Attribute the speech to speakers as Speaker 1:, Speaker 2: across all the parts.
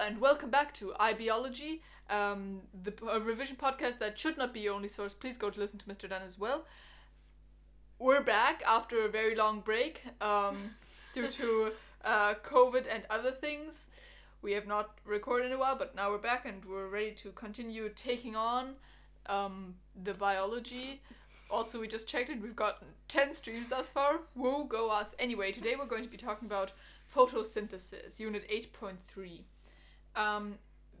Speaker 1: and welcome back to Ibiology, um, the a revision podcast that should not be your only source. Please go to listen to Mr. Dunn as well. We're back after a very long break um, due to uh, COVID and other things. We have not recorded in a while, but now we're back and we're ready to continue taking on um, the biology. Also, we just checked it. We've got 10 streams thus far. Woo, go us. Anyway, today we're going to be talking about photosynthesis, unit 8.3. Um,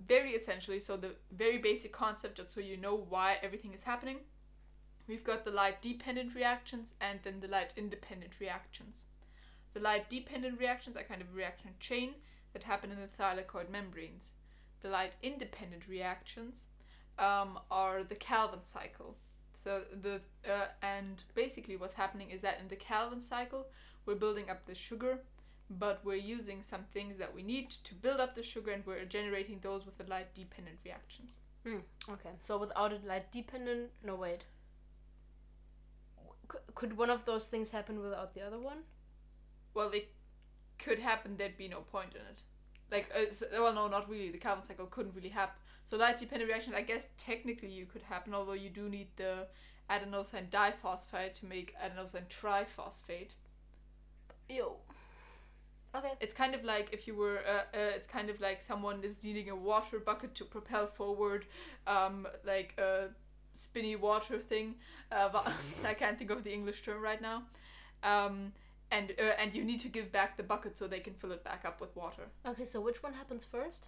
Speaker 1: very essentially, so the very basic concept, just so you know why everything is happening. We've got the light dependent reactions and then the light independent reactions. The light dependent reactions are kind of reaction chain that happen in the thylakoid membranes. The light independent reactions um, are the Calvin cycle. So the uh, and basically what's happening is that in the Calvin cycle we're building up the sugar, but we're using some things that we need to build up the sugar and we're generating those with the light dependent reactions.
Speaker 2: Okay, so without it, light dependent. No, wait. C- could one of those things happen without the other one?
Speaker 1: Well, they could happen. There'd be no point in it. Like, uh, s well, no, not really. The Calvin cycle couldn't really happen. So light dependent reaction, I guess technically you could happen, although you do need the adenosine diphosphate to make adenosine triphosphate.
Speaker 2: Yo. Okay.
Speaker 1: It's kind of like if you were, uh, uh, it's kind of like someone is needing a water bucket to propel forward, um, like a spinny water thing. Uh, but I can't think of the English term right now. Um, and uh, and you need to give back the bucket so they can fill it back up with water.
Speaker 2: Okay, so which one happens first?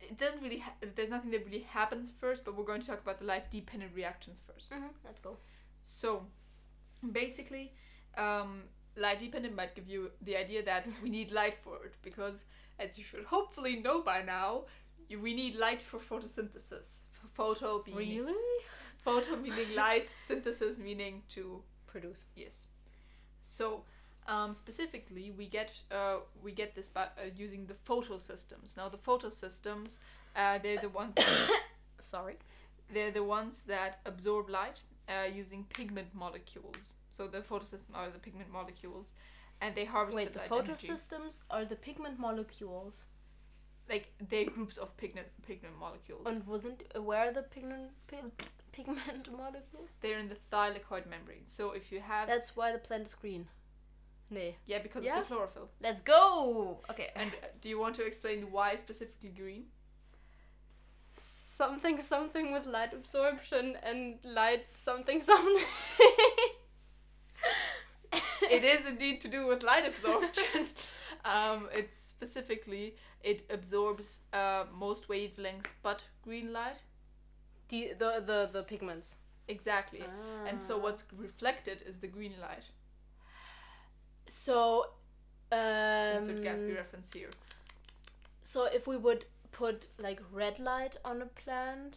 Speaker 1: It doesn't really. Ha- there's nothing that really happens first, but we're going to talk about the light dependent reactions first.
Speaker 2: Mm-hmm. Let's go.
Speaker 1: So, basically, um, light dependent might give you the idea that we need light for it because, as you should hopefully know by now, you, we need light for photosynthesis. F- Photo being
Speaker 2: Really?
Speaker 1: photo meaning light, synthesis meaning to
Speaker 2: Produce.
Speaker 1: yes. So um, specifically, we get uh, we get this by uh, using the photosystems. Now the photosystems, uh, they're the ones
Speaker 2: Sorry.
Speaker 1: they're the ones that absorb light uh, using pigment molecules. So the photosystem are the pigment molecules, and they harvest
Speaker 2: Wait, the
Speaker 1: light energy.
Speaker 2: photosystems are the pigment molecules.
Speaker 1: Like they're groups of pigment pigment molecules.
Speaker 2: And wasn't aware the pigment pig, pigment molecules?
Speaker 1: they're in the thylakoid membrane. So if you have
Speaker 2: That's why the plant is green. Nee.
Speaker 1: yeah, because
Speaker 2: Yeah.
Speaker 1: of the chlorophyll.
Speaker 2: Let's go. Okay.
Speaker 1: And uh, do you want to explain why specifically green?
Speaker 2: something something with light absorption and light something something.
Speaker 1: it is indeed to do with light absorption. um, it's specifically it absorbs uh, most wavelengths but green light.
Speaker 2: the, the the the pigments.
Speaker 1: Exactly.
Speaker 2: Ah.
Speaker 1: And so what's reflected is the green light.
Speaker 2: So,
Speaker 1: Insert Gatsby
Speaker 2: um,
Speaker 1: reference here.
Speaker 2: so if we would put like red light on a plant,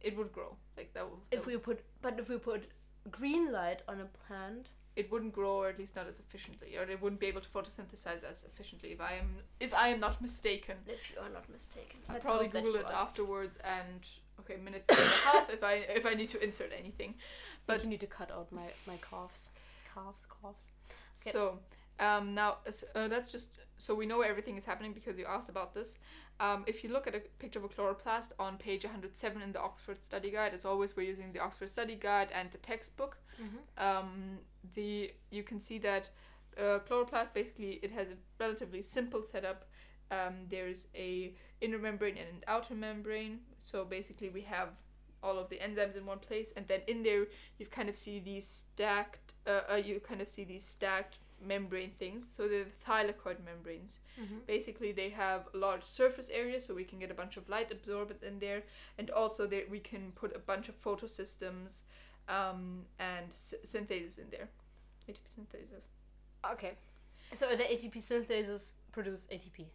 Speaker 1: It would grow like that. Would,
Speaker 2: if we put but if we put green light on a plant,
Speaker 1: it wouldn't grow, or at least not as efficiently, or it wouldn't be able to photosynthesize as efficiently. If I am, if I am not mistaken,
Speaker 2: if you are not mistaken,
Speaker 1: I'll
Speaker 2: Let's
Speaker 1: probably
Speaker 2: hope that
Speaker 1: Google
Speaker 2: you
Speaker 1: it
Speaker 2: are.
Speaker 1: afterwards and okay, minute three and a half if I if I need to insert anything.
Speaker 2: But
Speaker 1: but- Mm-hmm.
Speaker 2: you need to cut out my my coughs, coughs, coughs. Okay.
Speaker 1: So um, now s- uh, let's just so we know where everything is happening because you asked about this. Um, if you look at a picture of a chloroplast on page 107 in the Oxford Study Guide, as always, we're using the Oxford Study Guide and the textbook. Um, the you can see that uh, chloroplast basically it has a relatively simple setup. Um, there's a inner membrane and an outer membrane. So basically, we have all of the enzymes in one place, and then in there you kind of see these stacked. Uh, uh, you kind of see these stacked membrane things. So they're the thylakoid membranes. Basically, they have a large surface area, so we can get a bunch of light absorbance in there, and also there we can put a bunch of photosystems um, and s- syntheses in there. ATP synthesis.
Speaker 2: Okay. So the ATP synthetases produce ATP.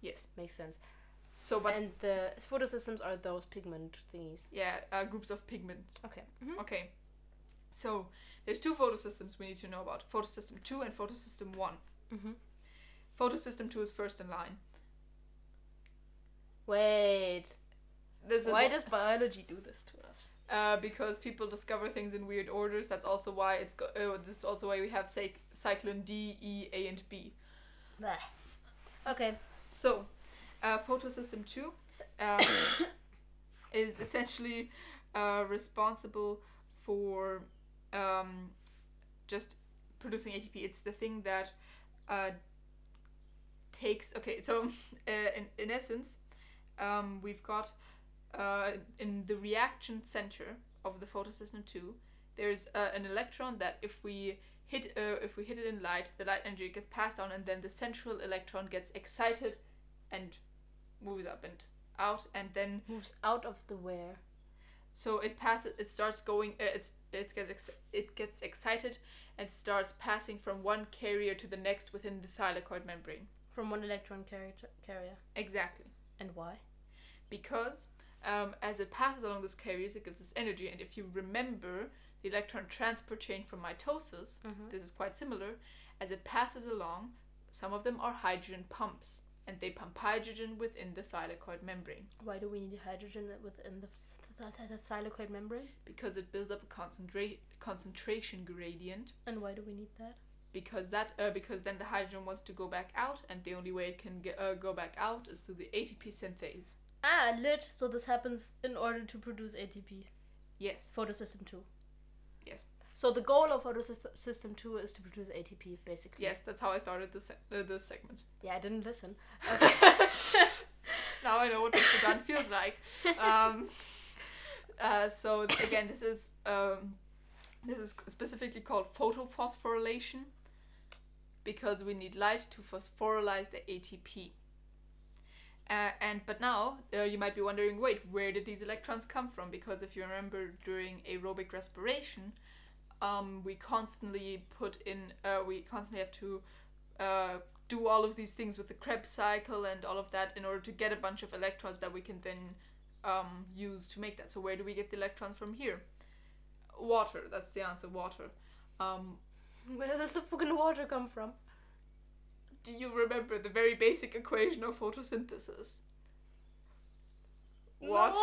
Speaker 1: Yes.
Speaker 2: Makes sense.
Speaker 1: So, but
Speaker 2: and the photosystems are those pigment thingies. Mm-hmm.
Speaker 1: yeah, uh, groups of pigments.
Speaker 2: Okay.
Speaker 1: Okay. So there's two photosystems we need to know about: photosystem two and photosystem one.
Speaker 2: Mhm.
Speaker 1: Photosystem two is first in line.
Speaker 2: Wait.
Speaker 1: This is
Speaker 2: Why
Speaker 1: wh-
Speaker 2: does biology do this to us?
Speaker 1: uh, because people discover things in weird orders. That's also why it's go- uh, that's also why we have cyc- cyclin D, E, A, and B.
Speaker 2: Okay.
Speaker 1: So, Uh, photosystem 2 um, is essentially uh, responsible for um, just producing ATP. It's the thing that uh, takes. Okay, so uh, in, in essence, um, we've got uh, in the reaction center of the photosystem 2, there's uh, an electron that if we hit uh, if we hit it in light, the light energy gets passed on, and then the central electron gets excited and moves up and out, and then
Speaker 2: Moves out of the where.
Speaker 1: so it passes. It starts going. Uh, it's it gets ex- it gets excited and starts passing from one carrier to the next within the thylakoid membrane.
Speaker 2: From one electron carrier. carrier.
Speaker 1: Exactly,
Speaker 2: And why?
Speaker 1: because um, as it passes along those carriers, it gives us energy. And if you remember the electron transport chain from mitosis, this is quite similar. As it passes along, some of them are hydrogen pumps, and they pump hydrogen within the thylakoid membrane
Speaker 2: Why do we need hydrogen within the s- th- th- th- thylakoid membrane?
Speaker 1: because it builds up a concentra- concentration gradient
Speaker 2: And why do we need that?
Speaker 1: because that uh, because then the hydrogen wants to go back out and the only way it can get, uh, go back out is through the ATP synthase.
Speaker 2: Ah, lit. So this happens in order to produce ATP.
Speaker 1: Yes,
Speaker 2: Photosystem 2.
Speaker 1: yes,
Speaker 2: So the goal of photosystem 2 is to produce ATP, basically.
Speaker 1: yes. That's how I started this se- uh, this segment.
Speaker 2: Yeah, I didn't listen.
Speaker 1: Now I know what Mr. Dunn feels like. Um, uh, so th- again, this is um, this is specifically called photophosphorylation because we need light to phosphorylate the ATP. Uh, and but now uh, you might be wondering, wait, where did these electrons come from? Because if you remember during aerobic respiration, um, we constantly put in, uh, we constantly have to uh, do all of these things with the Krebs cycle and all of that in order to get a bunch of electrons that we can then um, use to make that. So where do we get the electrons from here? Water. That's the answer. Water. Um,
Speaker 2: Where does the fucking water come from?
Speaker 1: do you remember the very basic equation of photosynthesis? Water.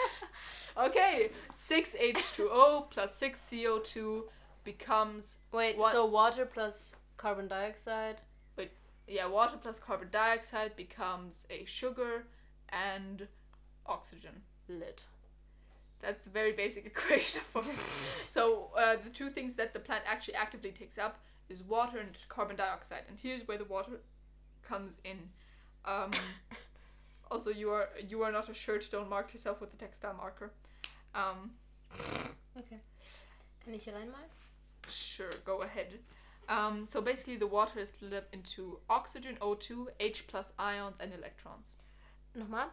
Speaker 1: okay, 6H2O plus 6CO2 becomes
Speaker 2: Wait,
Speaker 1: What-
Speaker 2: so water plus carbon dioxide.
Speaker 1: yeah, water plus carbon dioxide becomes a sugar and oxygen.
Speaker 2: Lit.
Speaker 1: That's the very basic equation of photosynthesis. so uh, the two things that the plant actually actively takes up is water and carbon dioxide. And here's where the water comes in. Um, also, you are you are not a shirt. Don't mark yourself with a textile marker. Um,
Speaker 2: Okay. Kann ich hier reinmalen?
Speaker 1: Sure, go ahead. Um, so basically, the water is split up into oxygen, O2, H plus ions, and electrons.
Speaker 2: Nochmal?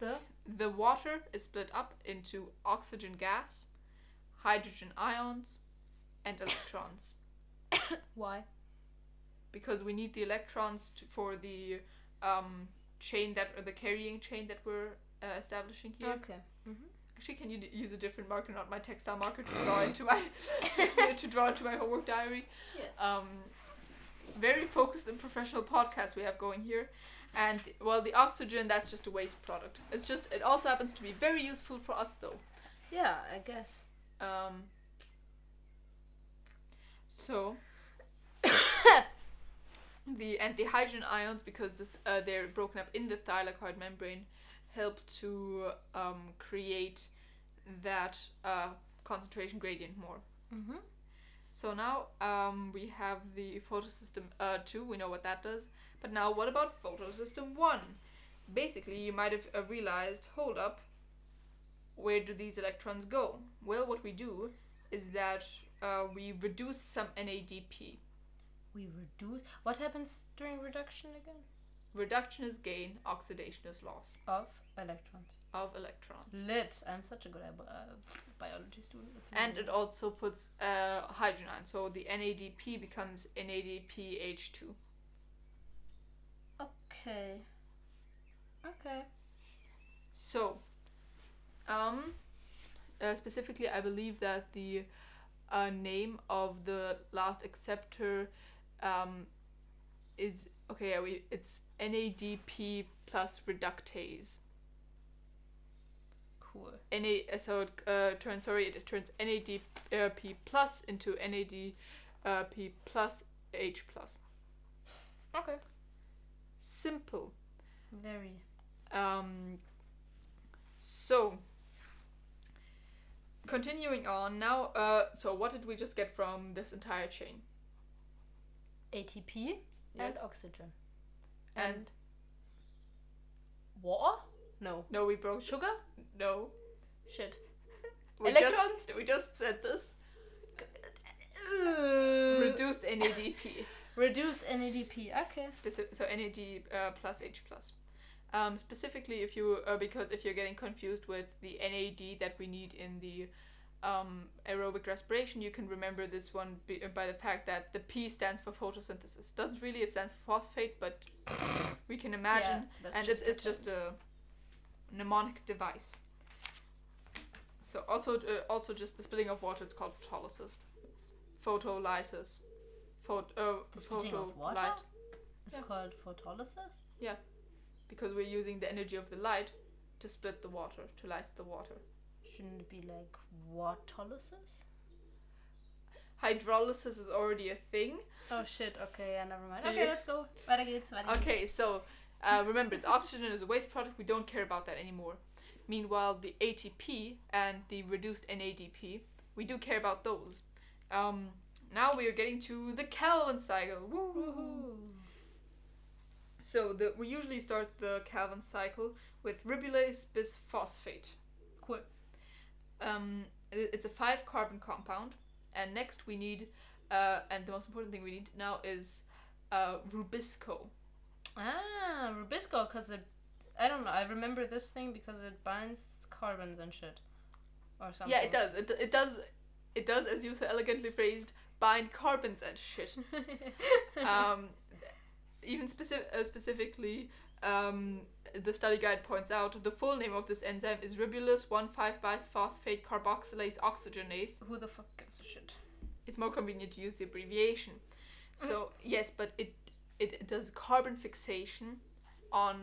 Speaker 2: The?
Speaker 1: The water is split up into oxygen gas, hydrogen ions, and electrons.
Speaker 2: Why?
Speaker 1: Because we need the electrons to, for the um, chain that, or the carrying chain that we're uh, establishing here.
Speaker 2: Okay. Mm-hmm.
Speaker 1: Actually, can you d- use a different marker, not my textile marker, to draw into my to draw into my homework diary?
Speaker 2: Yes.
Speaker 1: um, very focused and professional podcast we have going here. And well, the oxygen that's just a waste product. It's just it also happens to be very useful for us though.
Speaker 2: yeah, I guess.
Speaker 1: Um, so the and the hydrogen ions because this uh, they're broken up in the thylakoid membrane help to um, create that uh, concentration gradient more.
Speaker 2: Mm-hmm.
Speaker 1: So now um, we have the photosystem uh, 2, we know what that does. But now what about photosystem 1? Basically, you might have uh, realized hold up, where do these electrons go? Well, what we do is that uh, we reduce some NADP.
Speaker 2: We reduce. What happens during reduction again?
Speaker 1: Reduction is gain, oxidation is loss
Speaker 2: Of electrons.
Speaker 1: of
Speaker 2: Mm-hmm.
Speaker 1: electrons.
Speaker 2: Lit. I'm such a good ab- uh, biology student. It's
Speaker 1: And it also puts uh, hydrogen ion, so the NADP becomes NADPH2.
Speaker 2: okay. Okay.
Speaker 1: So, um, uh, specifically, I believe that the uh, name of the last acceptor um, is okay. Yeah, we it's NADP plus reductase.
Speaker 2: Cool.
Speaker 1: Na so it uh, turns sorry it turns NADP uh, P plus into NADP uh, P plus H plus.
Speaker 2: Okay.
Speaker 1: Simple.
Speaker 2: Very.
Speaker 1: Um, so, continuing on now. Uh, so, what did we just get from this entire chain?
Speaker 2: ATP and
Speaker 1: Yes.
Speaker 2: oxygen.
Speaker 1: And-
Speaker 2: water? No.
Speaker 1: No, we broke.
Speaker 2: Sugar?
Speaker 1: No,
Speaker 2: Shit.
Speaker 1: we
Speaker 2: Electrons?
Speaker 1: Just, we just said this.
Speaker 2: Redu-
Speaker 1: Reduced NADP.
Speaker 2: Reduce NADP. Okay.
Speaker 1: Specif- so NAD uh, plus H plus. Um, specifically, if you uh, because if you're getting confused with the NAD that we need in the um, aerobic respiration, you can remember this one b- by the fact that the P stands for photosynthesis. Doesn't really it stands for phosphate, but we can imagine,
Speaker 2: Yeah, that's
Speaker 1: and it's, it's
Speaker 2: better.
Speaker 1: just a mnemonic device. So also uh, also just the splitting of water. It's called photolysis. It's photolysis. Photo. Uh,
Speaker 2: the splitting of water.
Speaker 1: photolight.
Speaker 2: It's
Speaker 1: Yeah.
Speaker 2: called photolysis.
Speaker 1: because we're using the energy of the light to split the water, to lyse the water.
Speaker 2: Shouldn't it be like watolysis?
Speaker 1: Hydrolysis is already a thing.
Speaker 2: Oh shit. Okay. Yeah. Never mind.
Speaker 1: Do
Speaker 2: okay.
Speaker 1: you-
Speaker 2: Let's go. Weiter geht's. Weiter geht's.
Speaker 1: Okay, so uh, remember, the oxygen is a waste product. We don't care about that anymore. Meanwhile, the ATP and the reduced NADP, we do care about those. Um, now we are getting to the Calvin cycle. Woo!
Speaker 2: Woohoo.
Speaker 1: So the, we usually start the Calvin cycle with ribulase bis phosphate.
Speaker 2: Cool.
Speaker 1: um, i- it's a five carbon compound and next we need uh, and the most important thing we need now is uh, rubisco
Speaker 2: Ah, Rubisco, because it. I don't know. I remember this thing because it binds carbons and shit, or something.
Speaker 1: yeah it does it, it does it does as you so elegantly phrased bind carbons and shit um, even specific, uh, specifically um, the study guide points out the full name of this enzyme is ribulus 1,5-bisphosphate carboxylase oxygenase
Speaker 2: Who the fuck gives a shit?
Speaker 1: it's more convenient to use the abbreviation. So yes, but it it, it does carbon fixation on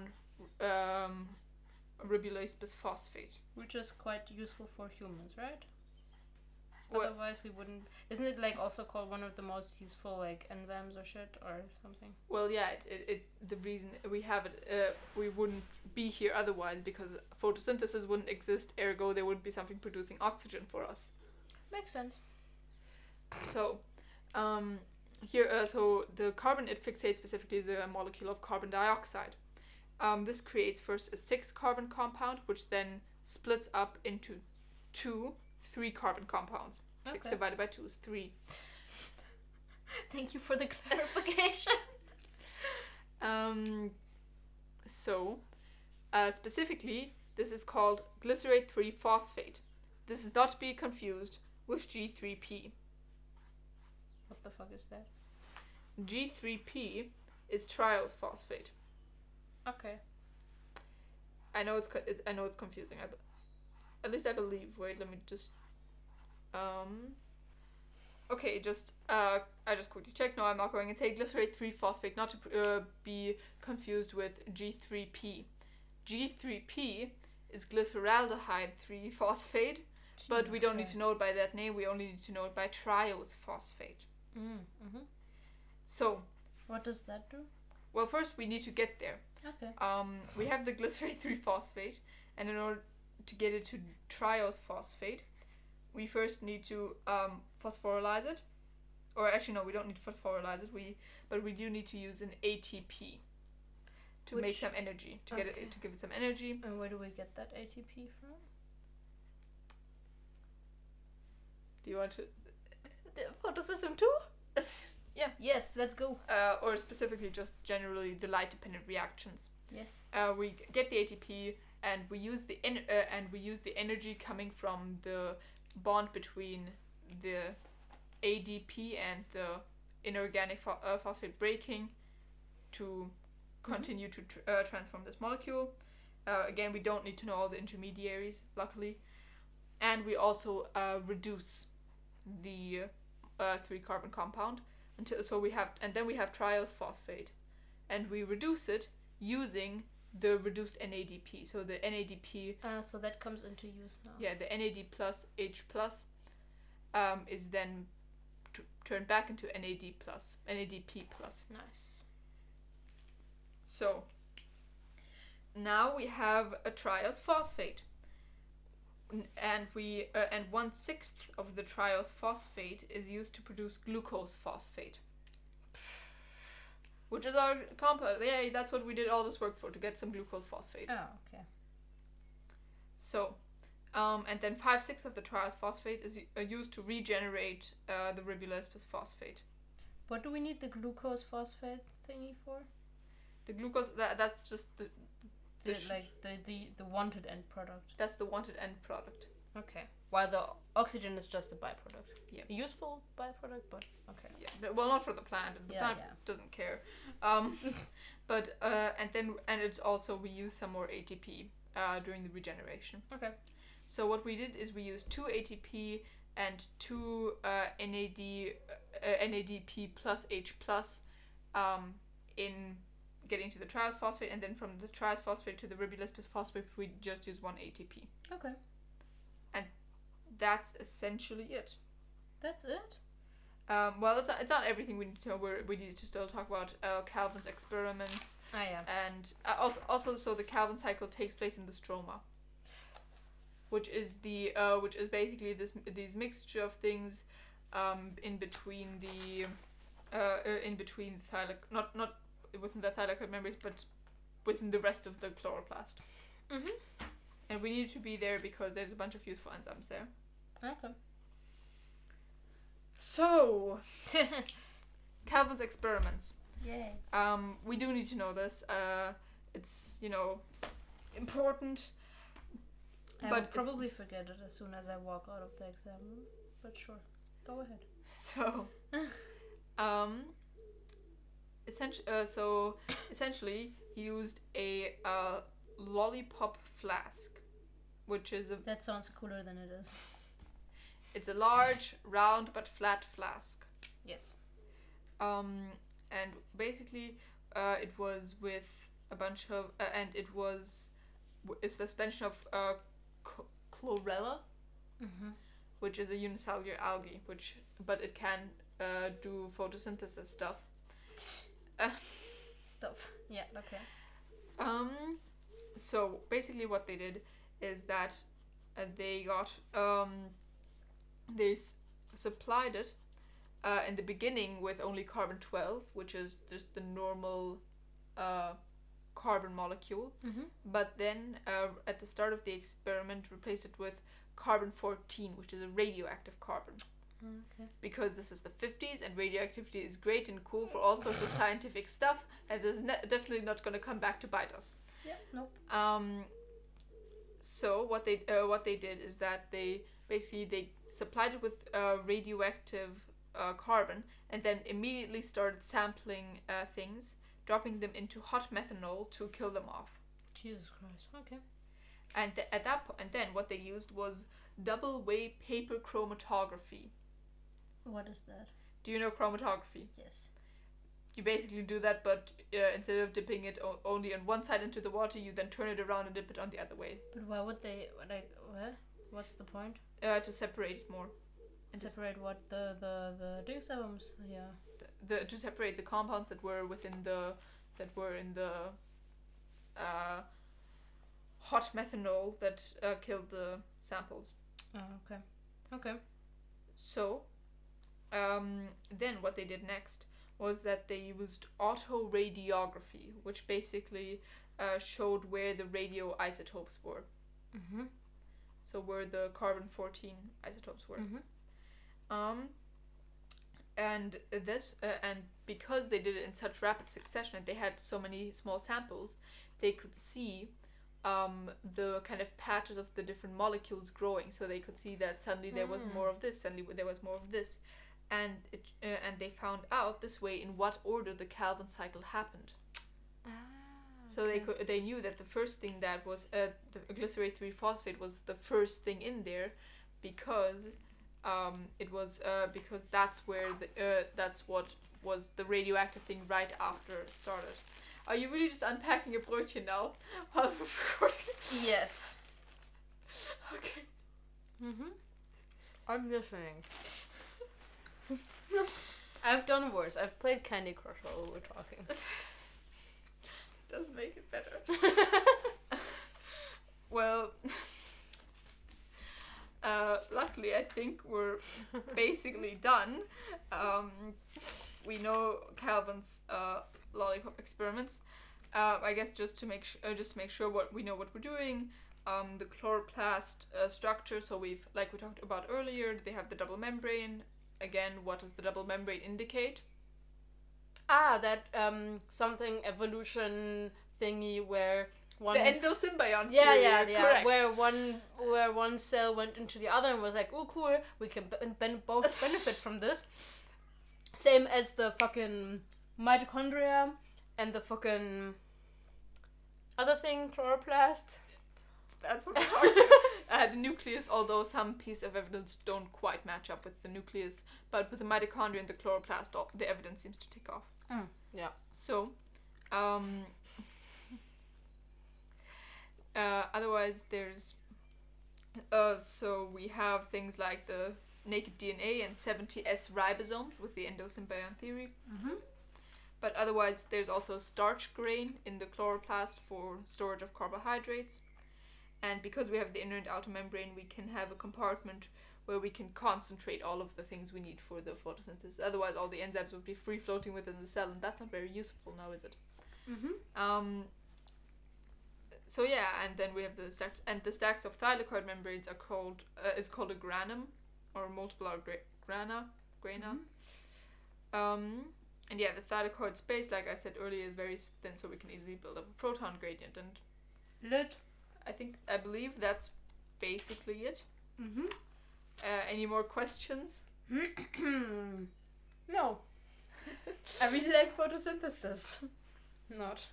Speaker 1: um, ribulase bisphosphate.
Speaker 2: Which is quite useful for humans, right?
Speaker 1: Well-
Speaker 2: Otherwise, we wouldn't. Isn't it like also called one of the most useful like enzymes or shit or something?
Speaker 1: Well, yeah, it, it, it the reason we have it, uh, we wouldn't be here otherwise because photosynthesis wouldn't exist. Ergo, there wouldn't be something producing oxygen for us.
Speaker 2: Makes sense.
Speaker 1: So, um, here, uh, so the carbon it fixates specifically is a molecule of carbon dioxide. Um, this creates first a six carbon compound, which then splits up into two three carbon compounds. Six
Speaker 2: Okay.
Speaker 1: divided by two is three.
Speaker 2: Thank you for the clarification.
Speaker 1: Um, so, uh, specifically, this is called glycerate 3 phosphate. This is not to be confused with G3P.
Speaker 2: what the fuck is that?
Speaker 1: G3P is trials phosphate.
Speaker 2: Okay.
Speaker 1: I know it's, co- it's I know it's confusing. I, be- at least I believe. Wait, let me just. Um. Okay, just uh, I just quickly check. No, I'm not going to take glycerate three phosphate, not to pr- uh, be confused with G three P. G three P is glyceraldehyde three phosphate, but we
Speaker 2: Jesus
Speaker 1: don't need to
Speaker 2: Christ.
Speaker 1: know it by that name. We only need to know it by triose phosphate.
Speaker 2: Mm, hmm
Speaker 1: So,
Speaker 2: What does that do?
Speaker 1: well, first we need to get there.
Speaker 2: Okay.
Speaker 1: Um, we have the glycerate 3 phosphate, and in order to get it to triose phosphate, we first need to um, phosphorylize it. Or actually, no, we don't need to phosphorylize it. We but we do need to use an ATP to make
Speaker 2: Which-
Speaker 1: some energy to get
Speaker 2: okay.
Speaker 1: it to give it some energy.
Speaker 2: And where do we get that ATP from?
Speaker 1: Do you want to?
Speaker 2: The photosystem too?
Speaker 1: yeah.
Speaker 2: Yes, let's go.
Speaker 1: Uh, or specifically, just generally the light-dependent reactions.
Speaker 2: Yes.
Speaker 1: uh, we g- get the ATP and we use the en- uh, and we use the energy coming from the bond between the ADP and the inorganic pho- uh, phosphate breaking to continue to tr- uh, transform this molecule. Uh, again, we don't need to know all the intermediaries, luckily, and we also uh, reduce the uh, three carbon compound until so we have and then we have triose phosphate, and we reduce it using the reduced NADP. So the NADP,
Speaker 2: Uh, so that comes into use now.
Speaker 1: yeah, the NAD plus H plus, um, is then t- turned back into NAD plus, NADP plus.
Speaker 2: Nice.
Speaker 1: So, now we have a triose phosphate, N- and we uh, and one sixth of the triose phosphate is used to produce glucose phosphate, which is our compound. Yeah, that's what we did all this work for to get some glucose phosphate.
Speaker 2: Oh, okay.
Speaker 1: So, um, and then five sixths of the triose phosphate is u- uh, used to regenerate uh, the ribulose phosphate.
Speaker 2: What do we need the glucose phosphate thingy for?
Speaker 1: The glucose that, that's just the, the
Speaker 2: The,
Speaker 1: sh-
Speaker 2: like the, the the wanted end product.
Speaker 1: that's the wanted end product.
Speaker 2: Okay. While the oxygen is just a byproduct.
Speaker 1: Yeah.
Speaker 2: A useful byproduct, but okay.
Speaker 1: Yeah, but- well, not for the plant. and The
Speaker 2: Yeah,
Speaker 1: plant
Speaker 2: yeah.
Speaker 1: doesn't care. Um, but uh, and then and it's also we use some more ATP uh, during the regeneration.
Speaker 2: Okay.
Speaker 1: So what we did is we used two ATP and two uh, NAD uh, NADP plus H plus um, in getting to the triose phosphate, and then from the triose phosphate to the ribulose phosphate, we just use one ATP.
Speaker 2: Okay.
Speaker 1: That's essentially it.
Speaker 2: That's it.
Speaker 1: Um, well, it's not, it's not everything we need to know. We're, we need to still talk about uh, Calvin's experiments
Speaker 2: Ah yeah.
Speaker 1: and uh, also, also so the Calvin cycle takes place in the stroma, which is the uh, which is basically this these mixture of things um, in between the uh, uh, in between the thylac not not within the thylakoid membranes but within the rest of the chloroplast.
Speaker 2: Mhm.
Speaker 1: And we need to be there because there's a bunch of useful enzymes there.
Speaker 2: Okay.
Speaker 1: So Calvin's experiments.
Speaker 2: Yay.
Speaker 1: Um, we do need to know this. Uh, it's you know important. But
Speaker 2: I would
Speaker 1: it's-
Speaker 2: probably forget it as soon as I walk out of the exam room. But sure. Go ahead.
Speaker 1: So, um, essentially, uh, so essentially, he used a uh, lollipop flask, which is a
Speaker 2: That sounds cooler than it is.
Speaker 1: it's a large, round but flat flask.
Speaker 2: Yes.
Speaker 1: Um, and basically, uh, it was with a bunch of uh, and it was w- a suspension of uh, ch- chlorella.
Speaker 2: Mm-hmm.
Speaker 1: which is a unicellular algae, which but it can uh, do photosynthesis stuff.
Speaker 2: Stuff. Yeah. Okay.
Speaker 1: Um, so basically, what they did is that uh, they got um, they s- supplied it uh, in the beginning with only carbon twelve, which is just the normal uh, carbon molecule,
Speaker 2: Mm-hmm.
Speaker 1: but then uh, at the start of the experiment, replaced it with carbon fourteen, which is a radioactive carbon.
Speaker 2: Okay.
Speaker 1: because this is the 50s and radioactivity is great and cool for all sorts of scientific stuff and it's ne- definitely not going to come back to bite us
Speaker 2: Yeah. Nope.
Speaker 1: um, so what they uh, what they did is that they basically they supplied it with uh, radioactive uh, carbon and then immediately started sampling uh, things dropping them into hot methanol to kill them off
Speaker 2: Jesus Christ. Okay.
Speaker 1: and th- at that po- and then what they used was double way paper chromatography
Speaker 2: What is that?
Speaker 1: do you know chromatography
Speaker 2: Yes.
Speaker 1: you basically do that, but uh, instead of dipping it o- only on one side into the water, you then turn it around and dip it on the other way
Speaker 2: But why would they like what? What's the point?
Speaker 1: uh, to separate it more, And just-
Speaker 2: Separate what the the the Dix albums? Yeah.
Speaker 1: the, the to separate the compounds that were within the that were in the uh, hot methanol that uh, killed the samples.
Speaker 2: Oh, okay. Okay.
Speaker 1: So, um, then what they did next was that they used autoradiography, which basically uh, showed where the radioisotopes were.
Speaker 2: Mhm.
Speaker 1: So where the carbon fourteen isotopes were.
Speaker 2: Mhm.
Speaker 1: Um, and this, uh, and because they did it in such rapid succession and they had so many small samples, they could see um, the kind of patches of the different molecules growing. So they could see that suddenly there was
Speaker 2: Hmm.
Speaker 1: more of this, suddenly there was more of this, and it, uh, and they found out this way in what order the Calvin cycle happened.
Speaker 2: Ah,
Speaker 1: So they could they knew that the first thing that was uh, the glycerate three phosphate was the first thing in there, because um, it was uh, because that's where the uh, that's what was the radioactive thing right after it started. Are you really just unpacking a brötchen now while we're recording?
Speaker 2: Yes.
Speaker 1: okay.
Speaker 2: Mhm. I'm listening. I've done worse. I've played Candy Crush while we were talking.
Speaker 1: Doesn't make it better. uh, think we're basically done. Um, we know Calvin's uh, lollipop experiments. Uh, I guess just to make sh- uh, just to make sure what we know what we're doing. Um, the chloroplast uh, structure. So we've like we talked about earlier. They have the double membrane. Again, what does the double membrane indicate?
Speaker 2: ah, that um something evolution thingy where one
Speaker 1: The endosymbion.
Speaker 2: yeah,
Speaker 1: theory,
Speaker 2: yeah, yeah.
Speaker 1: Correct.
Speaker 2: Where one where one cell went into the other and was like, "Oh, cool, we can ben- ben- both benefit from this." Same as the fucking mitochondria and the fucking other thing, chloroplast.
Speaker 1: That's what we talked about. Uh, the nucleus, although some piece of evidence don't quite match up with the nucleus, but with the mitochondria and the chloroplast, all, the evidence seems to tick off.
Speaker 2: Mm, yeah.
Speaker 1: So, um, uh, otherwise there's, uh, so we have things like the naked DNA and 70S ribosomes with the endosymbiont theory. But otherwise, there's also starch grain in the chloroplast for storage of carbohydrates. And because we have the inner and outer membrane, we can have a compartment where we can concentrate all of the things we need for the photosynthesis. Otherwise, all the enzymes would be free floating within the cell, and that's not very useful now, is it?
Speaker 2: Mm-hmm.
Speaker 1: Um, so yeah, and then we have the stacks, and the stacks of thylakoid membranes are called uh, is called a granum, or multiple or gra- grana, grana. Um, and yeah, the thylakoid space, like I said earlier, is very thin, so we can easily build up a proton gradient. And
Speaker 2: Lit.
Speaker 1: I think I believe that's basically it.
Speaker 2: Mm-hmm.
Speaker 1: Uh, any more questions?
Speaker 2: Mm-hmm. no. I really like photosynthesis. Not.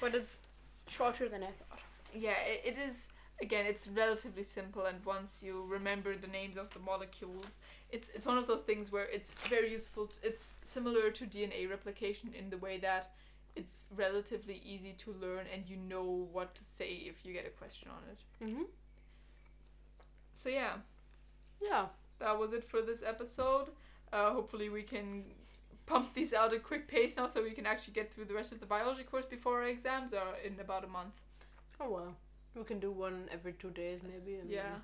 Speaker 2: But it's shorter than I thought.
Speaker 1: Yeah, i it is. Again, it's relatively simple, and once you remember the names of the molecules, it's it's one of those things where it's very useful. t it's similar to DNA replication in the way that it's relatively easy to learn, and you know what to say if you get a question on it.
Speaker 2: Mm-hmm.
Speaker 1: So yeah,
Speaker 2: Yeah.
Speaker 1: that was it for this episode. Uh, hopefully, we can pump these out at quick pace now, so we can actually get through the rest of the biology course before our exams are in about a month.
Speaker 2: Oh well. We can do one every two days maybe. And
Speaker 1: Yeah,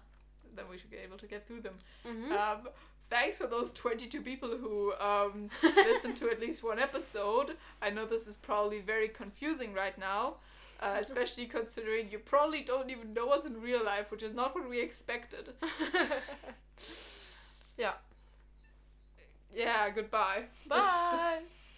Speaker 1: then we should be able to get through them.
Speaker 2: Mm-hmm.
Speaker 1: Um, thanks for those 22 people who um, listened to at least one episode. I know this is probably very confusing right now, uh, especially considering you probably don't even know us in real life, which is not what we expected. yeah. Yeah, goodbye. This- this-
Speaker 2: Bye.